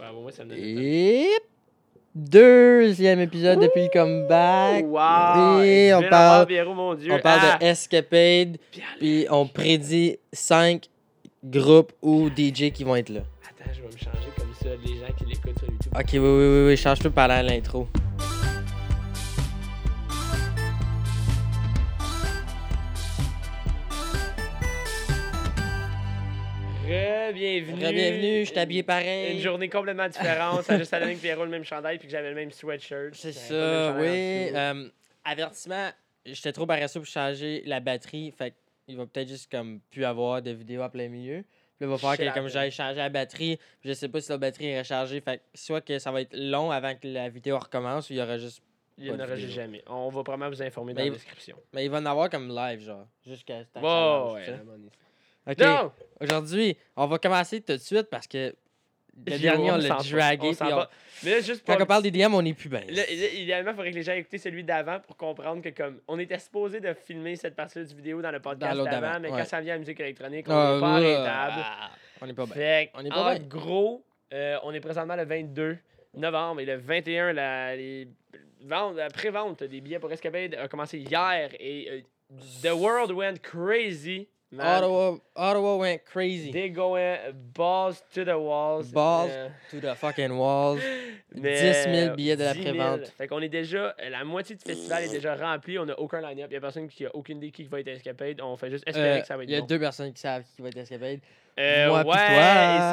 Ouais, bon, moi, ça me donne le Et deuxième épisode depuis le temps. comeback. Wow! Et on Bill parle- Ambiero, mon Dieu. On parle Ah! de Escapade, Puis allez. puis on prédit cinq groupes ou DJ qui vont être là. Attends, je vais me changer comme ça, les gens qui l'écoutent sur YouTube. Ok, oui, oui, oui, oui, change-toi par là à l'intro. Re-bienvenue. Bienvenue, je suis habillé pareil. Une journée complètement différente. ça a juste donné que Pierrot le même chandail puis que j'avais le même sweatshirt. C'est J'avais pas le ça, même chandail en oui. dessous. Euh, avertissement, j'étais trop paresseux pour changer la batterie. Fait qu'il va peut-être juste comme plus avoir de vidéo à plein milieu. Puis là, il va falloir Shit. que comme j'aille changer la batterie, puis je sais pas si la batterie est rechargée. Fait que soit que ça va être long avant que la vidéo recommence ou il y aura juste. Il pas n'y en de aura vidéo. jamais. On va probablement vous informer dans Mais- la description. Mais il va en avoir comme live, genre. Jusqu'à ce temps que ça Bon, marche, tu ouais. sais. à mon avis. Ok, Non! Aujourd'hui, on va commencer tout de suite parce que le Yo, dernier, on l'a s'en va. dragué. On s'en puis on- va. Mais là, juste Quand pour. on parle des DM, on est plus bien. Là, là, idéalement, il faudrait que les gens aient écouté celui d'avant pour comprendre que, comme, on était supposé de filmer cette partie du vidéo dans le podcast Dans l'autre d'avant, d'avant, mais ouais. quand ça vient à la musique électronique, on Ah, n'est pas ouais. arrêtable. Ah, On est pas bien. Fait On est en pas bien. gros, euh, on est présentement le 22 novembre et le 21, la, les ventes- la pré-vente des billets pour Escapade a commencé hier et euh, the world went crazy. man. Ottawa, Ottawa went crazy. They going balls to the walls. Balls Euh, to the fucking walls. mais 10 000 billets de la 10 000. prévente. Fait qu'on est déjà, euh, la moitié du festival est déjà remplie, on n'a aucun line-up, il n'y a personne qui a aucune idée qui va être à Escapade, on fait juste espérer Euh, que ça va être Il y a bon. deux personnes qui savent qui va être Escapade. Euh, moi ouais, pis toi. hein?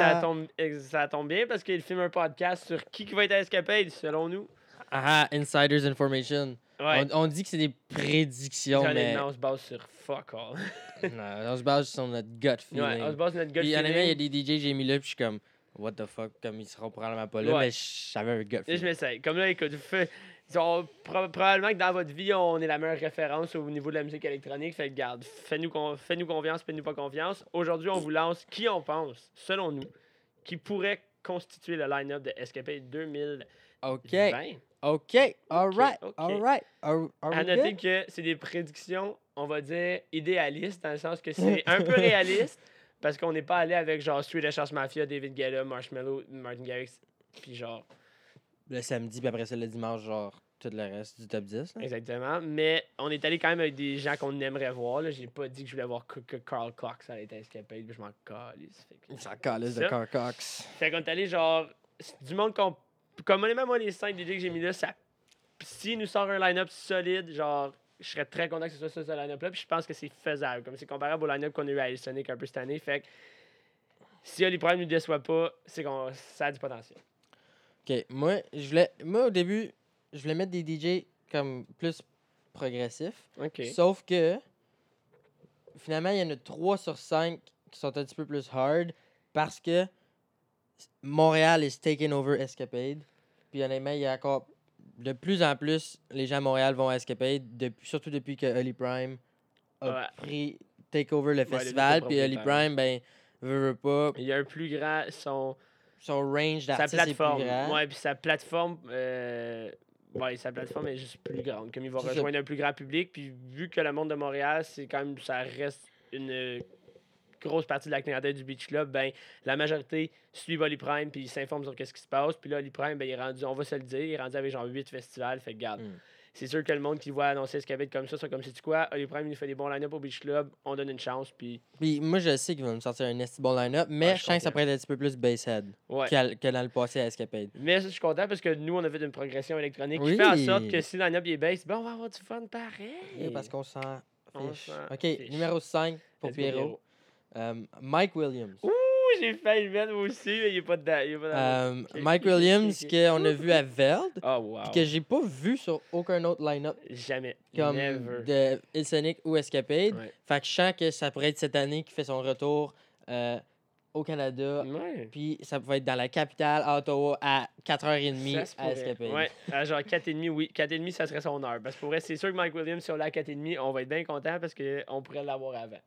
et ça tombe, et ça tombe bien parce qu'il filme un podcast sur qui, qui va être à Escapade, selon nous. Ah, ah, Insiders Information. Ouais, On, on dit que c'est des prédictions, Puis mais honnêtement, on se base sur fuck all. non, on se base sur notre gut feeling. ouais, on se base sur notre gut Puis honnêtement, il y a feeling. des DJ que j'ai mis là, puis je suis comme, what the fuck, comme ils seront probablement pas là, Ouais. mais j'avais un gut Là, je feeling. m'essaye. Comme là, écoute, fais- on- pro- probablement que dans votre vie, on est la meilleure référence au niveau de la musique électronique. Fait que garde, fais-nous con- fais-nous confiance, fais-nous pas confiance. Aujourd'hui, on vous lance qui on pense, selon nous, qui pourrait constituer le line-up de Escapade 2020. Ok, ok, alright, ok. alright. Are, are we À noter good? que c'est des prédictions, on va dire, idéalistes, dans le sens que c'est un peu réaliste, parce qu'on n'est pas allé avec genre Street la Chasse Mafia, David Guetta, Marshmallow, Martin Garrix, puis genre, Le samedi, puis après ça, le dimanche, genre, tout le reste du top 10. là. exactement. Mais on est allé quand même avec des gens qu'on aimerait voir. là. J'ai pas dit que je voulais voir que, que Carl Cox allait être escapé, je m'en calisse. Fait, On que- s'en calisse de Ça. Carcox. fait qu'on est allé genre, c'est du monde qu'on. Comme honnêtement, moi, les 5 DJ que j'ai mis là, ça. S'il nous sort un line-up solide, genre, je serais très content que ce soit ça, ce line-up-là. Puis je pense que c'est faisable. Comme c'est comparable au line-up qu'on a eu à Sonic un peu cette année. Fait que si les problèmes ne nous déçoivent pas, c'est qu'on ça a du potentiel. Ok, moi, je voulais, moi au début, je voulais mettre des DJ comme plus progressifs. OK. Sauf que finalement, il y en a 3 sur 5 qui sont un petit peu plus hard parce que Montréal is taking over Escapade. Puis honnêtement, il y a encore de plus en plus les gens à Montréal vont à Escapade, depuis- surtout depuis que Holly Prime a Ouais. pris take over le il est festival. puis Holly propriétaire. Prime, ben, veut, veut pas, Il y a un plus grand. Son, son range sa d'artistes est plus plateforme. grand. Ouais, puis sa plateforme. euh, ouais, sa plateforme est juste plus grande. Comme il va C'est ça. rejoindre un plus grand public. Puis vu que le monde de Montréal, c'est quand même. Ça reste une euh, grosse partie de la clientèle du Beach Club, ben la majorité suit Holly Prime puis ils s'informent sur qu'est-ce qui se passe. Puis là, Holly Prime, ben, il est rendu, on va se le dire, il est rendu avec genre 8 festivals. Fait que garde. Mm. C'est sûr que le monde qui voit annoncer Escapade comme ça, sont comme si tu quoi, Holly Prime, il fait des bons line-up au Beach Club, on donne une chance, puis Puis moi, je sais qu'ils vont me sortir un nasty bon line-up, mais Ouais, je je sens que comprends. ça pourrait être un petit peu plus basehead ouais. qu'à- que dans le passé à Escapade. Mais ça, je suis content parce que nous, on a fait une progression électronique qui Oui. fait en sorte que si le line-up est baisse, ben, on va avoir du fun pareil. Et Parce qu'on s'en On fiche. s'en OK, fiche. numéro 5 pour Let's go, Pierrot. Euh, Mike Williams. Ouh, j'ai failli le mettre moi aussi, mais il est pas dedans. Il est pas dedans. Euh, ok, Mike ok, ok, Williams, ok. qu'on a vu à Veld, Oh, wow. puis que j'ai pas vu sur aucun autre line-up Jamais. comme Never. de Il Sonic ou Escapade. Ouais. Fait que je sens que ça pourrait être cette année qui fait son retour euh, au Canada. Ouais. Puis ça pourrait être dans la capitale, à Ottawa, à 4h30 Ça se à pourrait. Escapade. Ouais, à genre 4,5, oui. 4,5, ça serait son heure. Parce que pour vrai, c'est sûr que Mike Williams, si on l'a à 4,5, on va être bien content parce qu'on pourrait l'avoir avant.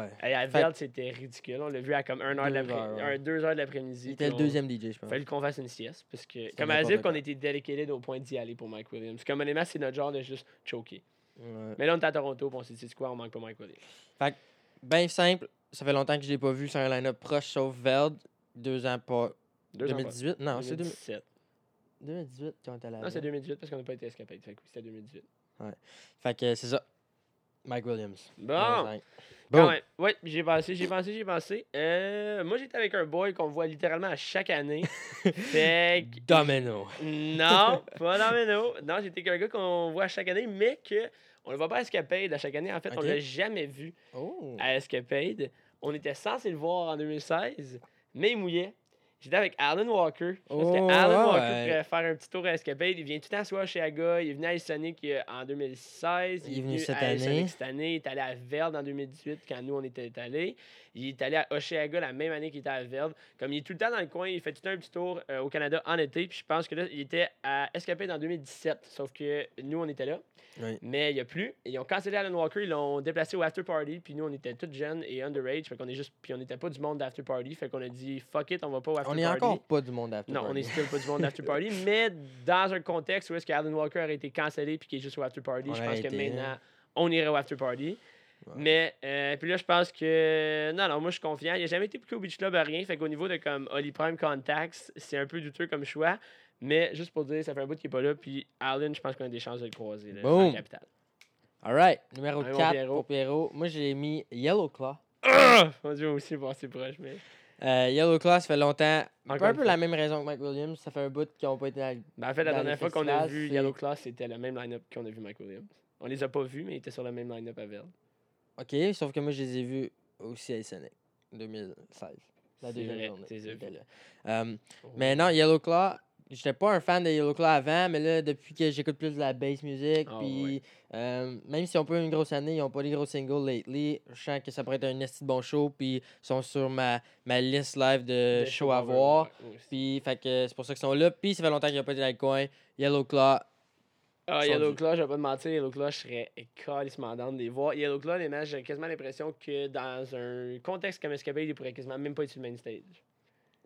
ouais. Et à Fait- Verde, c'était ridicule. On l'a vu à comme 1 heure de Deux heures, l'après-midi. 2 heures ouais. de l'après-midi. Il était le puis on- deuxième DJ, je pense. Fallu qu'on fasse une sieste, parce que, C'est comme à Ah. n'importe Zip, quoi. qu'on était délicated au point d'y aller pour Mike Williams. Comme honnêtement, c'est notre genre de juste choquer. Ouais. Mais là, on est à Toronto, puis on s'est dit, C'est quoi, on manque pas Mike Williams. Ben simple, ça fait longtemps que je l'ai pas vu sur un line-up proche sauf Veld, deux ans pas Deux ans pas. 2018? Non, c'est Ah 2000 2017. 2018 qu'on est allé à Non, c'est la- 2018 parce qu'on n'a pas été escapade. Fait que oui, c'était 2018. Fait que c'est ça. Mike Williams. Bon! 25. Ah! Quand Bon. même. Ouais, j'ai pensé, j'ai pensé, j'ai pensé. Euh, moi, j'étais avec un boy qu'on voit littéralement à chaque année. fait que- Domino. Non, pas dans Meno. Non, j'étais avec un gars qu'on voit à chaque année, mais que on ne va pas à Escapade à chaque année. En fait, on Ok. l'a jamais vu Oh. à Escapade. On était censé le voir en 2016, mais il mouillait. J'étais avec Alan Walker. Je pense Oh, que Alan Walker ouais. pourrait faire un petit tour à Escapade. Il vient tout le temps soit chez Aga. Il est venu à Sonic euh, en 2016. Il est venu cette à Sonic année. cette année. Il est allé à Verde en 2018 quand nous, on était allés. Il est allé à Oshéaga la même année qu'il était à Verde. Comme il est tout le temps dans le coin, il fait tout le temps un petit tour euh, au Canada en été. Puis je pense que là, il était à Escapade en 2017. Sauf que nous, on était là. Oui. Mais il n'y a plus. Ils ont cancellé Alan Walker, ils l'ont déplacé au After Party. Puis nous, on était tous jeunes et underage. Fait qu'on est juste. Puis on n'était pas du monde d'After Party. Fait qu'on a dit fuck it, on va pas au After On Party. est encore pas du monde after Non, on party. est still pas du monde d'After Party, mais dans un contexte où est-ce qu'Alan Walker a été cancellé puis qu'il est juste au After Party, On je a pense que été, maintenant, on irait au After Party. Ouais. Mais, euh, puis là, je pense que. Non, non, moi, je suis confiant. Il n'a jamais été plus au Beach Club à rien. Fait qu'au niveau de comme Oli Prime Contacts, c'est un peu douteux comme choix. Mais juste pour dire, ça fait un bout qu'il n'est pas là. Puis Alan, je pense qu'on a des chances de le croiser là, dans Boom. la capitale. Alright, numéro Allez, mon 4 Pierrot. pour Pierrot. Moi, j'ai mis Yellow Claw. Ah! Mon Dieu, moi aussi, bon, c'est proche, mais. Euh, Yellow Claw, ça fait longtemps. Encore un une peu la même raison que Mike Williams. Ça fait un bout qu'ils n'ont pas été dans le- Ben, en fait, la Dans les dernière fois qu'on a festivals, vu c'est- Yellow Class, c'était le même line-up qu'on a vu Mike Williams. On les a pas vus, mais ils étaient sur le même line-up à Verde. OK, sauf que moi, je les ai vus aussi à Sonic 2016. La C'est deuxième vrai, journée. tu les as ils vus. étaient là. Euh, Mais non, Yellow Claw, j'étais pas un fan de Yellow Claw avant, mais là, depuis que j'écoute plus de la bass music, Ah, puis euh, même si on peut une grosse année, ils ont pas des gros singles lately, je sens que ça pourrait être un esti de bon show, puis ils sont sur ma, ma liste live de, Des shows Euh, à shows voir. ouais, aussi. Puis, fait que c'est pour ça qu'ils sont là. Puis, ça fait longtemps qu'ils n'ont pas été dans le coin. Yellow Claw. Ah, Ils sont Yellow dus. Claw, je vais pas te mentir, Yellow Claw, je serais calissement down de les voir. Yellow Claw, les matchs, j'ai quasiment l'impression que dans un contexte comme Escapade, ils pourraient quasiment même pas être sur le main stage.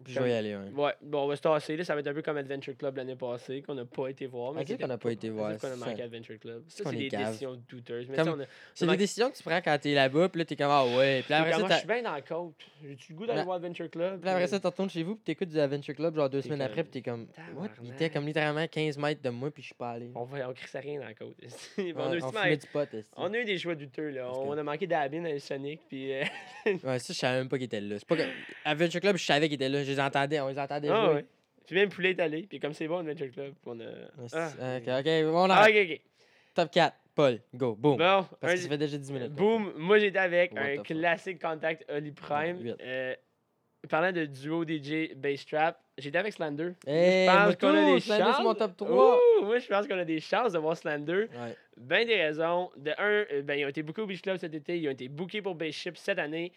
Puis, je vais y aller. Ouais. Ouais, bon, on va se tasser, là, ça va être un peu comme Adventure Club l'année passée, qu'on n'a pas été voir. Ah, Mais c'est c'était- qu'on n'a pas été Ah, voir, c'est qu'on a c'est manqué ça. Adventure Club. C'est Ça, qu'on c'est est des cave. décisions douteuses. Mais Comme- ça, on a... C'est manque- des décisions que tu prends quand t'es là-bas. Puis là, t'es comme, ah ouais. Puis Puis après ça, comment je t'as- suis bien dans la côte. J'ai-tu le goût d'aller Ben- voir Adventure Club? puis après mais- ça, tu retournes chez vous. Puis t'écoutes du Adventure Club genre deux T'es semaines comme, après. Puis t'es comme, what? Il était tabarnak. comme littéralement 15 mètres de moi. Puis je suis pas allé. Euh, On va on crisse rien dans la côte. Ouais, on, a on aussi fumait manqué- du pot. esti. on a eu des choix douteux, là. Parce que- On a manqué d'Abin à Sonic, puis... euh, Ouais, ça, je savais même pas qu'ils étaient là. C'est pas que... Adventure Club, je savais qu'ils étaient là. Je les entendais. On les entendait. Ah jouer. ouais. Puis même poulet est allé, puis comme c'est bon, Adventure Club, on a... Ouais, c'est- Ah. ok, ok. On Ah, arrête. ok, ok. Top 4. Paul, go. Bon, Boom. Parce un- que ça fait déjà 10 minutes. boom. Moi, j'étais avec What the un fuck. classique contact Oli Prime. Ouais, huit. Euh, parlant de duo DJ Bass Trap, j'étais avec Slander. Hey, je pense moi qu'on a tout, des Slander, chances. c'est mon top trois. Ouh, moi, je pense qu'on a des chances de voir Slander. Ouais. Ben des raisons. De un, euh, ben, ils ont été beaucoup au Beach Club cet été. Ils ont été bookés pour Base Ship cette année.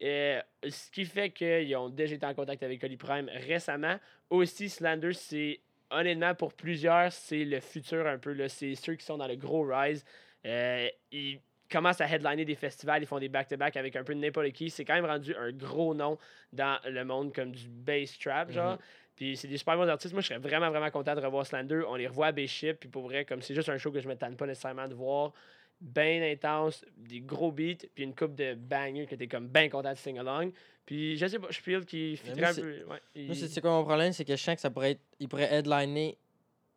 Euh, ce qui fait qu'ils ont déjà été en contact avec Oli Prime récemment. Aussi, Slander, c'est honnêtement pour plusieurs, c'est le futur un peu. là. C'est ceux qui sont dans le gros rise. Euh, ils commencent à headliner des festivals, ils font des back-to-back avec un peu de n'importe qui. C'est quand même rendu un gros nom dans le monde comme du bass trap, genre. Mhm. Puis c'est des super bons artistes. Moi, je serais vraiment, vraiment content de revoir Slander. On les revoit à Bishop. Puis pour vrai, comme c'est juste un show que je ne m'étonne pas nécessairement de voir. Bien intense, des gros beats, puis une coupe de bangers que t'es comme bien content de sing-along. Puis je sais pas, je feel qu'il Mais fitterait moi, un c'est- peu. ouais, il- Moi, c'est c'est quoi mon problème? C'est que je sens que ça pourrait être. Il pourrait headliner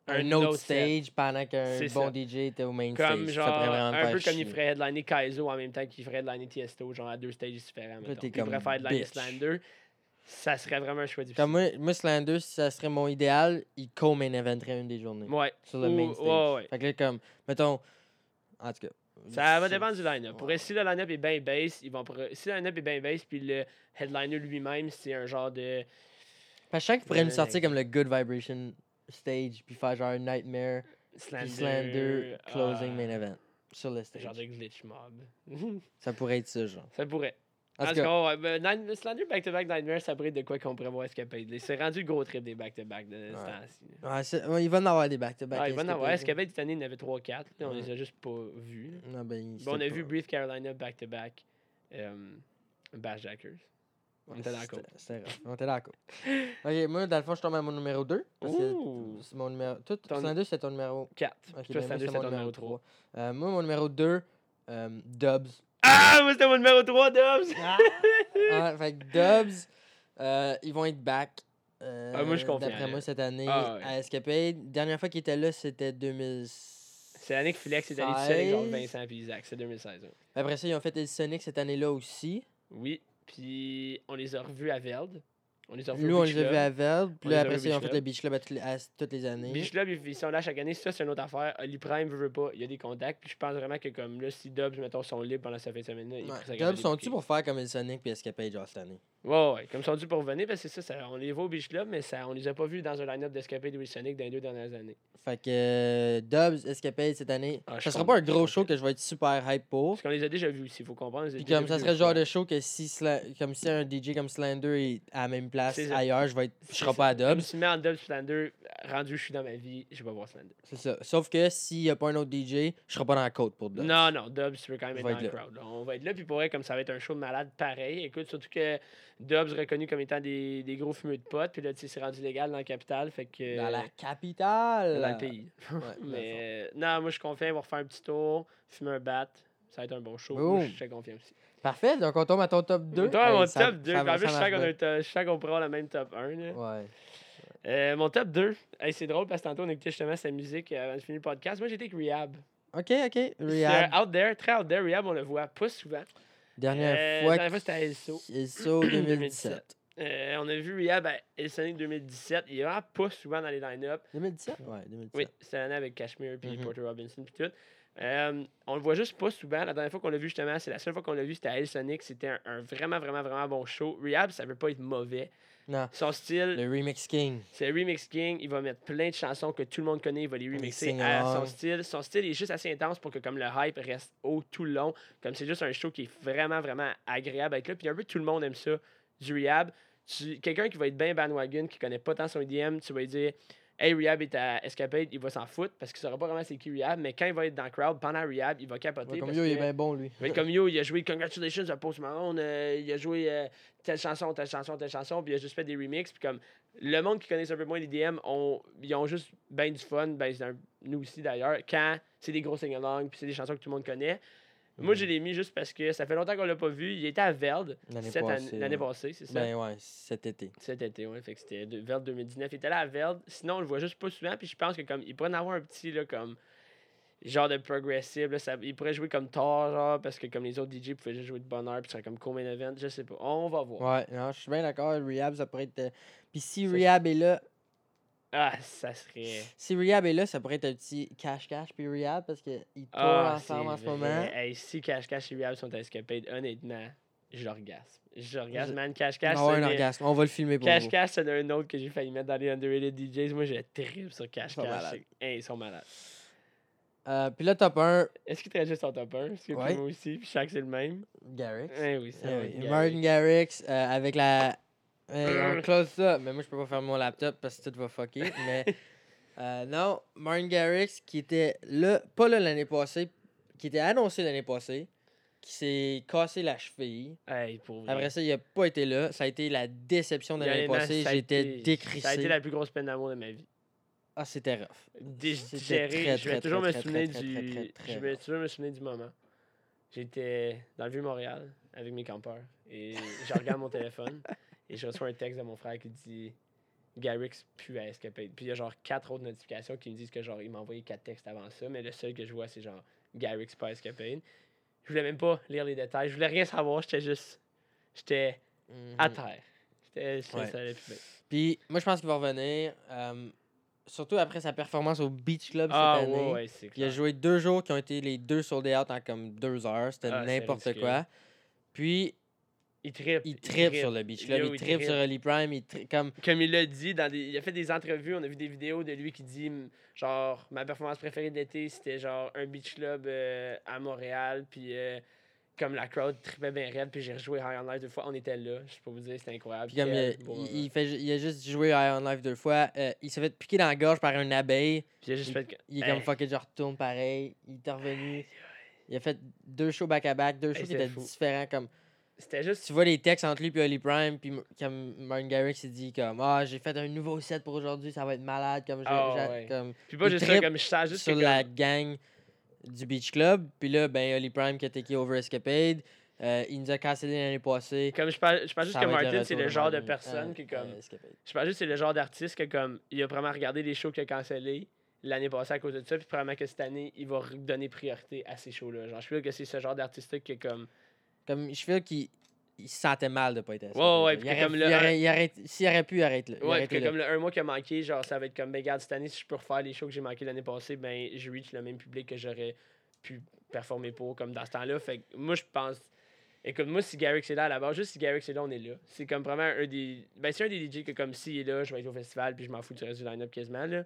un, autre, set. stage pendant qu'un C'est bon ça. DJ était au main Comme stage. genre, ça pourrait vraiment me un faire peu comme chier. il ferait headliner Kaizo en même temps qu'il ferait headliner Tiesto, genre à deux stages différents. mettons. t'es Puis il pourrait comme faire headliner bitch. Slander. Ça serait vraiment un choix difficile. Comme moi, moi Slander, si ça serait mon idéal, il co-main eventerait une des journées. Ouais. Sur le Ou- main stage. ouais, ouais. Fait que là, comme, mettons. En tout cas. Ça va c'est- dépendre du line-up. Pour Ouais. vrai, si le line-up est bien bass, ils vont. pro- Si le line-up est bien bass, puis le headliner lui-même, c'est un genre de. Fait que je sens qu'il pourrait nous Ouais. sortir comme le Good Vibration stage, puis faire genre un Nightmare, Slander. puis Slander, closing ah, main event. Sur le c'est un stage. genre de glitch mob. Ça pourrait être ça, genre. ça pourrait. En tout cas, cas, ouais, ben, Nine- Slander back-to-back Nightmare, ça pourrait être de quoi qu'on prévoit Escapade. Là, C'est rendu le gros trip des back-to-back de ce Ouais. temps-ci. là. ouais, c'est- ouais, il va en avoir des back-to-back. Ah, il va en avoir. escapades. Escapade, cette année, il y en avait 3-4. là, On Ouais. les a juste pas vus. là. Non, ben, Bon, on a c'était vu pas- Breathe Carolina back-to-back. euh, Bash Jackers. On était dans la côte. C'était- c'était rough. On était d'accord. ok, moi, dans le fond, je tombe à mon numéro 2. Parce Ouh. que c'est mon numéro. Tout, Ton- Slander, c'était ton numéro. 4. Ok, Toi, ben, moi, Slander, c'est c'est mon ton numéro 3. trois. Euh, moi, mon numéro 2, Dubs. Ah, moi c'était mon numéro 3, Dobbs! Ah, fait que Dubs, euh, ils vont être back. euh, Ah, moi, je suis confiant, D'après là. moi, cette année, Ah, ouais. à Escapade. Dernière fois qu'il était là, c'était 2016. C'est l'année que Flex est allé seul avec genre Vincent puis Isaac. C'est 2016. ouais. Après ça, ils ont fait El Sonic cette année-là aussi. Oui. Puis on les a revus à Verde. On les a revus Nous, au on Beach les a vus Club. à Verde. On Puis là, les a après vus ça, au ils ont Beach fait le Beach Club à, toutes les- à toutes les années. Beach Club, ils ils sont là chaque année. Ça, c'est une autre affaire. Oli Prime veut, veut pas. Il y a des contacts. Puis je pense vraiment que, comme là, si Dubs, mettons, sont libres pendant cette fin de semaine-là, ils Ouais. pourraient Dubs, s'agrader des sont-tu bouquets. pour faire comme El Sonic puis Escapade genre cette année? Ouais, ouais. Comme ils sont dû pour venir, parce que c'est ça, ça- on les voit au Beach Club, mais ça, on les a pas vus dans un line-up d'Escapade ou Sonic dans les deux dernières années. Fait que euh, Dubs, Escapade cette année, Ah, je ça sera suis pas un convaincu, gros je suis show que je vais être super hype pour. Parce qu'on les a déjà vus aussi, faut comprendre. on les a Puis déjà comme ça vus serait le une genre fois. de show que si, Sla- comme si un DJ comme Slender est à la même place C'est ça. ailleurs, je vais être, je C'est serai ça. pas à Comme Dubs. si tu mets en Dubs Slander, rendu je suis dans ma vie, je vais pas voir Slander. C'est ça. Sauf que s'il n'y a pas un autre DJ, je serai pas dans la côte pour Dubs. Non, non, Dubs, tu veux quand même Je être vais dans le être là. crowd. là. On va être là, puis pour vrai, comme ça va être un show de malade pareil. Écoute, surtout que Dubs reconnu comme étant des, des gros fumeux de potes, puis là, tu sais, c'est rendu légal dans la capitale, fait que. Dans la capitale. dans le pays. Ouais, dans Mais euh, non, moi, je suis confiant, on va refaire un petit tour, fumer un bat, ça va être un bon show. Boom. Moi, je suis confiant aussi. le fond. Parfait, donc on tombe à ton top 2. Toi, mon top 2. En plus, je sens qu'on a un to- je sens qu'on prend le même top 1. là. Ouais. Euh, mon top 2. Hey, c'est drôle parce que tantôt, on écoutait justement sa musique euh, avant de finir le podcast. Moi, j'étais avec Rehab. Ok, ok. C'est Rehab. euh, out there, très out there. Rehab, on le voit pas souvent. Dernière Euh, fois. dernière fois, c'était à LSO. SO 2017. Euh, on a vu Rehab à Hellsonic 2017. Il est vraiment pas souvent dans les line-up. 2017 Ouais, 2017. Oui, c'était l'année avec Cashmere puis Mhm. Porter Robinson puis tout. Euh, on le voit juste pas souvent. La dernière fois qu'on l'a vu, justement, c'est la seule fois qu'on l'a vu, c'était à Hellsonic. C'était un, un vraiment, vraiment, vraiment bon show. Rehab, ça veut pas être mauvais. Non. Son style, Le Remix King. C'est Remix King, il va mettre plein de chansons que tout le monde connaît, il va les remixer sing à son along. style. Son style est juste assez intense pour que comme le hype reste haut tout le long, comme c'est juste un show qui est vraiment vraiment agréable à être là, puis un peu tout le monde aime ça du Rehab. Tu- quelqu'un qui va être bien bandwagon, qui connaît pas tant son EDM, tu vas lui dire Hey, Rehab est à Escapade, il va s'en foutre parce qu'il saura pas vraiment c'est qui Rehab, mais quand il va être dans le crowd pendant Rehab, il va capoter. Ouais, comme parce yo, il est que- bien bon, lui. mais comme yo, il a joué Congratulations à Post Malone, euh, il a joué euh, telle chanson, telle chanson, telle chanson, puis il a juste fait des remixes. Puis comme le monde qui connaît un peu moins les DM, on, ils ont juste ben du fun, ben c'est un- nous aussi d'ailleurs, quand c'est des gros sing-along, puis c'est des chansons que tout le monde connaît. Moi, Mhm. je l'ai mis juste parce que ça fait longtemps qu'on l'a pas vu. Il était à Verde L'année cette passée, année- l'année ouais. passée, c'est ça? Ben ouais, cet été. Cet été, ouais. Fait que c'était de- Verde 2019. Il était là à Verde. Sinon, on le voit juste pas souvent. Puis je pense que comme il pourrait en avoir un petit là, comme genre de progressive. là, ça- il pourrait jouer comme tard, genre, parce que comme les autres DJ pouvaient juste jouer de bonheur, puis ça serait comme combien event. Je sais pas. On va voir. Ouais, non, je suis bien d'accord. Rehab, ça pourrait être. euh, Puis si Ça, Rehab est là, Ah, ça serait. si Rehab est là, ça pourrait être un petit cache-cache puis Rehab parce qu'ils tournent Ah, ensemble en c'est ce vrai. moment. Hey, si Cash Cash et Riab sont à escapade, honnêtement, je l'orgasme. Je l'orgasme, man. Cash On va Cash, avoir c'est Ah un des- orgasme. On va le filmer pour Cash vous. Cash, c'est un autre que j'ai failli mettre dans les underrated DJs. Moi, je tripe sur Cash Ils sont Cash. malades. Hey, ils sont malades. Euh, puis là, top 1, Est-ce qu'il te reste juste en top 1? Parce que Ouais. moi aussi, puis je sens que c'est le même. Garrix. Eh oui, ça Eh va oui, être Gary. Martin Garrix euh, avec la. Eh, on close ça, mais moi je peux pas faire mon laptop parce que tout va fucker. Mais euh, non, Martin Garrix qui était là, pas là l'année passée, qui était annoncé l'année passée, qui s'est cassé la cheville. Hey, pour vrai. Après ça, il a pas été là. Ça a été la déception de l'année Honnêtement, passée. ça a J'étais été- Ça a été décrissé. la plus grosse peine d'amour de ma vie. Ah, c'était rough. C'était Digéré, très, je vais très, toujours très, me très, souvenir très, très, très, du. très Je vais rough. toujours me souvenir du moment. J'étais dans le Vieux-Montréal avec mes campeurs et je regarde mon téléphone et je reçois un texte de mon frère qui dit Garrix pue à Escapade. Puis il y a genre quatre autres notifications qui me disent que genre il m'a envoyé quatre textes avant ça, mais le seul que je vois c'est genre Garrix pue à Escapade. Je voulais même pas lire les détails, je voulais rien savoir, j'étais juste. J'étais Mhm. à terre. J'étais j'étais- Ouais. ça allait plus bien. Puis moi je pense qu'il va revenir. euh, surtout après sa performance au Beach Club Ah cette année. ouais, ouais, c'est Puis il a clair. joué deux jours qui ont été les deux sold out en comme deux heures. C'était Ah, c'est n'importe ridicule. quoi. Puis Il tripe. il tripe sur le Beach Club, Yo, il il tripe trippe. sur Holly Prime, il tri- comme Comme il l'a dit, dans des... il a fait des entrevues, on a vu des vidéos de lui qui dit m- genre ma performance préférée de l'été, c'était genre un beach club euh, à Montréal, puis euh, comme la crowd tripait bien raide, puis j'ai rejoué High on Life deux fois, on était là, je peux vous dire, c'était incroyable. euh, Puis comme Quel il, beau il- moment. il fait, ju- il a juste joué High on Life deux fois, euh, il s'est fait piquer dans la gorge par une abeille. Puis il a juste fait que- Il est Hey. comme fuck it, je retourne pareil. Il est revenu. Il a fait deux shows back-à-back, deux shows qui Ben, c'était étaient fou. différents. Comme, C'était juste tu vois les textes entre lui et Holly Prime, puis m- comme Martin Garrix il dit comme Ah, j'ai fait un nouveau set pour aujourd'hui, ça va être malade. Comme, je- Ah, j'a- ouais. comme puis pas il juste ça trippe comme je sens juste que sur comme- la gang du Beach Club. Puis là, ben, Holly Prime qui a taqué Over Escapade. Euh, il nous a cancellé l'année passée. Comme je pense, je pense juste Ça que va être Martin, c'est retour le de genre de Martin, personne euh, qui est comme. euh, Escapade. Je pense juste que c'est le genre d'artiste que comme il a vraiment regardé les shows qu'il a cancellés l'année passée à cause de ça, puis probablement que cette année, il va redonner priorité à ces shows-là. Genre, je feel que c'est ce genre d'artiste qui est comme. Comme, je feel qu'il il se sentait mal de ne pas être à Ouais, ouais, ouais, Escapade. puis Il que aurait- comme le- il aurait- il aurait- S'il aurait pu, arrêter là. Ouais, puis que comme le un mois qui a manqué, genre ça va être comme, ben regarde, cette année, si je peux refaire les shows que j'ai manqué l'année passée, ben je reach le même public que j'aurais pu performer pour, comme dans ce temps-là. Fait que moi, je pense. Écoute, moi, si Garrick c'est là à la base, juste si Garrick c'est là, on est là. C'est comme vraiment un des. Ben, c'est un des DJ que, comme s'il est là, je vais être au festival, puis je m'en fous du reste du line-up quasiment, là.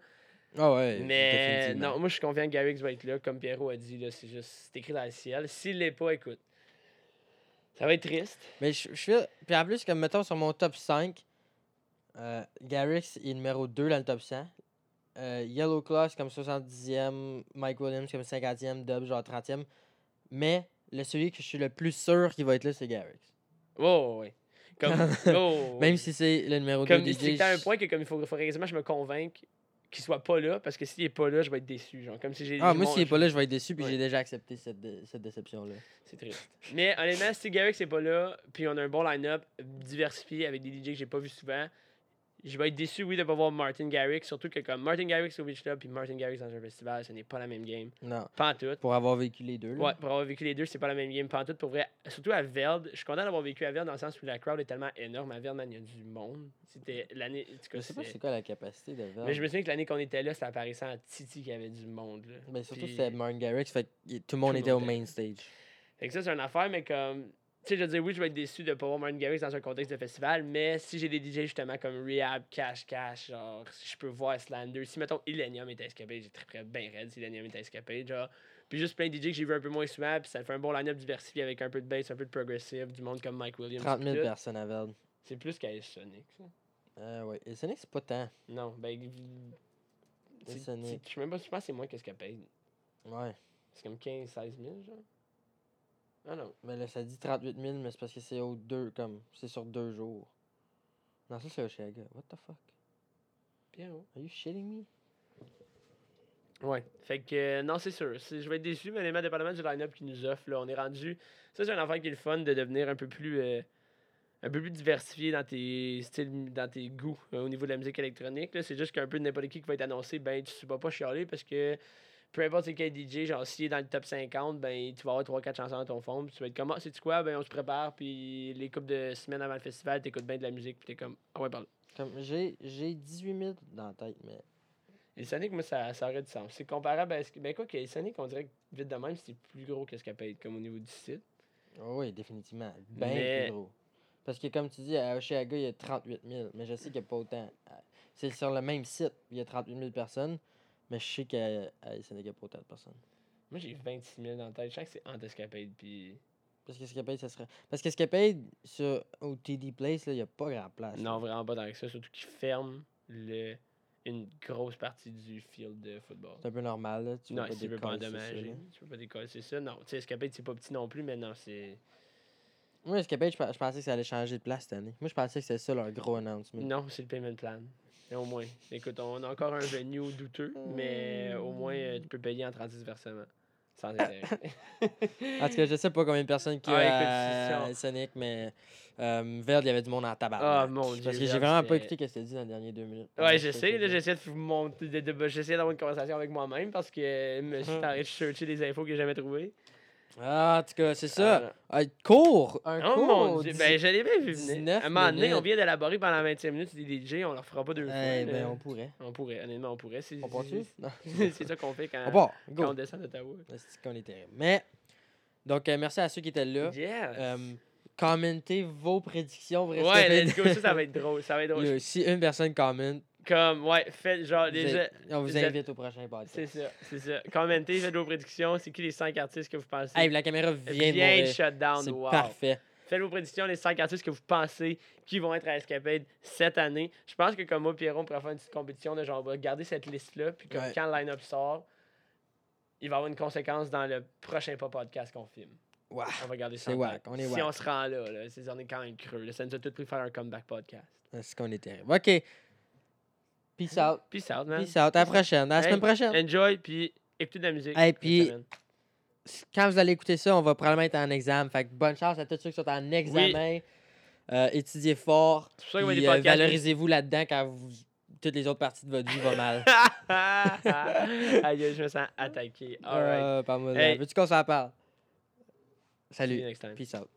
Ah ouais, Mais définitivement. non, moi, je suis confiant que Garrix va être là, comme Pierrot a dit, là, c'est juste, c'est écrit dans le ciel. S'il l'est pas, écoute, ça va être triste. Mais je, je feel- Puis en plus, comme mettons sur mon top 5, euh, Garrix est numéro 2 dans le top 100. Euh, Yellow Claw, c'est comme 70e. Mike Williams, comme 50e. Dub, genre 30e. Mais le celui que je suis le plus sûr qu'il va être là, c'est Garrix. Oh, ouais. Comme, oh, Même si c'est le numéro 2 comme, du c'est à un point que comme il faut, faut réellement que je me convainque qu'il soit pas là, parce que s'il est pas là, je vais être déçu. Genre, comme si j'ai. Ah, j'ai moi, mon- s'il est pas là, je vais être déçu. Puis Ouais. j'ai déjà accepté cette, dé- cette déception-là. C'est triste. Mais honnêtement, si Garrick c'est pas là, puis on a un bon line-up diversifié avec des DJ que j'ai pas vu souvent, je vais être déçu, oui, de pas voir Martin Garrick. Surtout que comme Martin Garrix au Beach Club, puis Martin Garrix dans un festival, ce n'est pas la même game. Non. Pas en tout. Pour avoir vécu les deux. là. Ouais, pour avoir vécu les deux, c'est pas la même game pantoute. Pour vrai, surtout à Verde, je suis content d'avoir vécu à Verde dans le sens où la crowd est tellement énorme. À Verde, man, il y a du monde. C'était l'année. en tout cas, Je sais pas c'est- c'est quoi la capacité de vendre. Mais je me souviens que l'année qu'on était là, c'était apparaissant à Titi qu'il y avait du monde. Là. Mais Ben, surtout, Puis- c'était Martin Garrix. Fait que y- tout le monde était au main stage. Fait que ça, c'est une affaire, mais comme. Tu sais, je veux dire, oui, je vais être déçu de pas voir Martin Garrix dans un contexte de festival, mais si j'ai des DJ justement comme Rehab, Cash Cash, genre, si je peux voir Slander, si mettons Illenium était escapé, j'ai très bien raide si Illenium était escapé, genre. Puis juste plein de DJ que j'ai vu un peu moins souvent, puis ça fait un bon line-up diversifié avec un peu de bass, un peu de progressive, du monde comme Mike Williams. 30 pis 000 tout. personnes à Verde. C'est plus qu'à Sonic, ça. Euh, ouais. Et Sonic, c'est pas tant. Non, ben. c'est- c'est- Sonic. Je sais même pas, je pense que c'est moins qu'escapé. Ouais. C'est comme 15, 16 000, genre. Ah non. Mais là, ça dit 38 000, mais c'est parce que c'est au deux, comme. C'est sur deux jours. Non, ça, c'est Oshaga. What the fuck? Bien, ouais. Are you shitting me? Ouais. Fait que, euh, non, c'est sûr. C'est- Je vais être déçu, mais honnêtement, dépendamment du line-up qu'ils nous offrent, là, on est rendu. Ça, c'est un affaire qui est le fun de devenir un peu plus. euh, un peu plus diversifié dans tes styles, dans tes goûts euh, au niveau de la musique électronique. là. C'est juste qu'un peu de n'importe qui qui va être annoncé, ben, tu ne vas pas chialer parce que peu importe c'est quel DJ, genre, s'il est dans le top 50, ben, tu vas avoir 3-4 chansons dans ton fond. Puis tu vas être comme, ah, c'est quoi, ben, on se prépare, puis les coupes de semaines avant le festival, t'écoutes bien de la musique, puis t'es comme, ah ouais, parle. Comme, j'ai, j'ai 18 000 dans la tête, mais. Et le Sonic, moi, ça, ça aurait du sens. C'est comparable à. ce que- Ben, quoi que le Sonic, on dirait que vite de même, c'est plus gros que ce qu'elle peut être, comme au niveau du site. Oh, oui, définitivement. Ben Mais- plus gros. Parce que, comme tu dis, à Oshaga, il y a 38 000, mais je sais qu'il n'y a pas autant. à- C'est sur le même site, il y a 38 000 personnes, mais je sais qu'à à Sonic, il n'y a pas autant de personnes. Moi, j'ai 26 000 dans la tête. Je sens que c'est Antescapade, puis. Parce que Escapade, ça serait. Parce que Escapade, sur... au TD Place, là, il n'y a pas grand place. là. Non, vraiment pas dans ça, surtout qu'ils ferment le... une grosse partie du field de football. C'est un peu normal, là. Tu veux Non, tu veux pas décoller, c'est ça, endommager. là. Tu veux pas décoller, c'est ça. Non, tu sais, Escapade, c'est pas petit non plus, mais non, c'est. Moi, Escapade, je pe- je pensais que ça allait changer de place cette année. Moi, je pensais que c'était ça leur gros announcement. Non, c'est le payment plan. Et au moins. Écoute, on a encore un venue douteux, mais Ah. au moins, euh, tu peux payer en 36 versements. Sans intérêt. En tout cas, je sais pas combien de personnes qui Ah, a écoute, à Sonic, mais euh, Verde, il y avait du monde en tabac. Ah, mon Dieu, Parce que j'ai Verde, vraiment pas c'était- écouté ce que tu as dit dans les derniers deux minutes. Ouais, je j'essaie, là, j'essaie de vous monter, de, de- j'essaie d'avoir une conversation avec moi-même parce que euh, je me suis Hum. arrêté de chercher des infos que j'ai jamais trouvées. Ah, en tout cas, c'est Alors. ça. Un cours! Un Euh, Oh cours! mon dieu, dis- ben je l'ai bien vu venir. 19 À un moment donné, on minutes. vient d'élaborer pendant 25 minutes des DJ, on leur fera pas deux Eh, fois. ben, là. on pourrait. on... pourrait, honnêtement, on pourrait. C'est, On continue? Non. c'est- c'est ça qu'on fait quand, On part, quand go! Euh, on descend d'Ottawa. C'est qu'on est terrible. Mais, donc, euh, merci à ceux qui étaient là. Yeah! Euh, commentez vos prédictions. vrais ouais, Escapades. let's go, ça, ça va être drôle. Ça va être drôle. Yo, Si une personne commente, Comme, ouais, faites genre, vous déjà. êtes- on vous vous êtes- invite au prochain podcast. C'est ça, c'est ça. Commentez, faites vos prédictions. C'est qui les 5 artistes que vous pensez? Hey, la caméra vient de Bien mourir. shutdown, C'est wow! parfait. Faites vos prédictions, les 5 artistes que vous pensez qui vont être à Escapade cette année. Je pense que comme moi, Pierron, on pourrait faire une petite compétition de genre, on va garder cette liste-là, puis comme Ouais. quand le line-up sort, il va y avoir une conséquence dans le prochain pas podcast qu'on filme. Ouah. On va garder ça. C'est en whack, tête. on est si whack. on se rend là, là c'est, on est quand même creux. là. Ça nous a tout pris faire un comeback podcast. C'est qu'on est terrible. OK. Peace out. Peace out, man. Peace out. À la prochaine. À la Hey. semaine prochaine. Enjoy, puis écoutez de la musique. Hey, cette puis- semaine. s- quand vous allez écouter ça, on va probablement être en examen. Fait que bonne chance à tous ceux qui sont en examen. Euh, étudiez fort. C'est pour ça qu'on va puis, des euh, podcasts. valorisez-vous là-dedans quand vous- toutes les autres parties de votre vie vont mal. Aïe, je me sens attaqué. All right. Euh, par moi. Hey. Veux-tu qu'on s'en parle? See you Salut. next time. Peace out.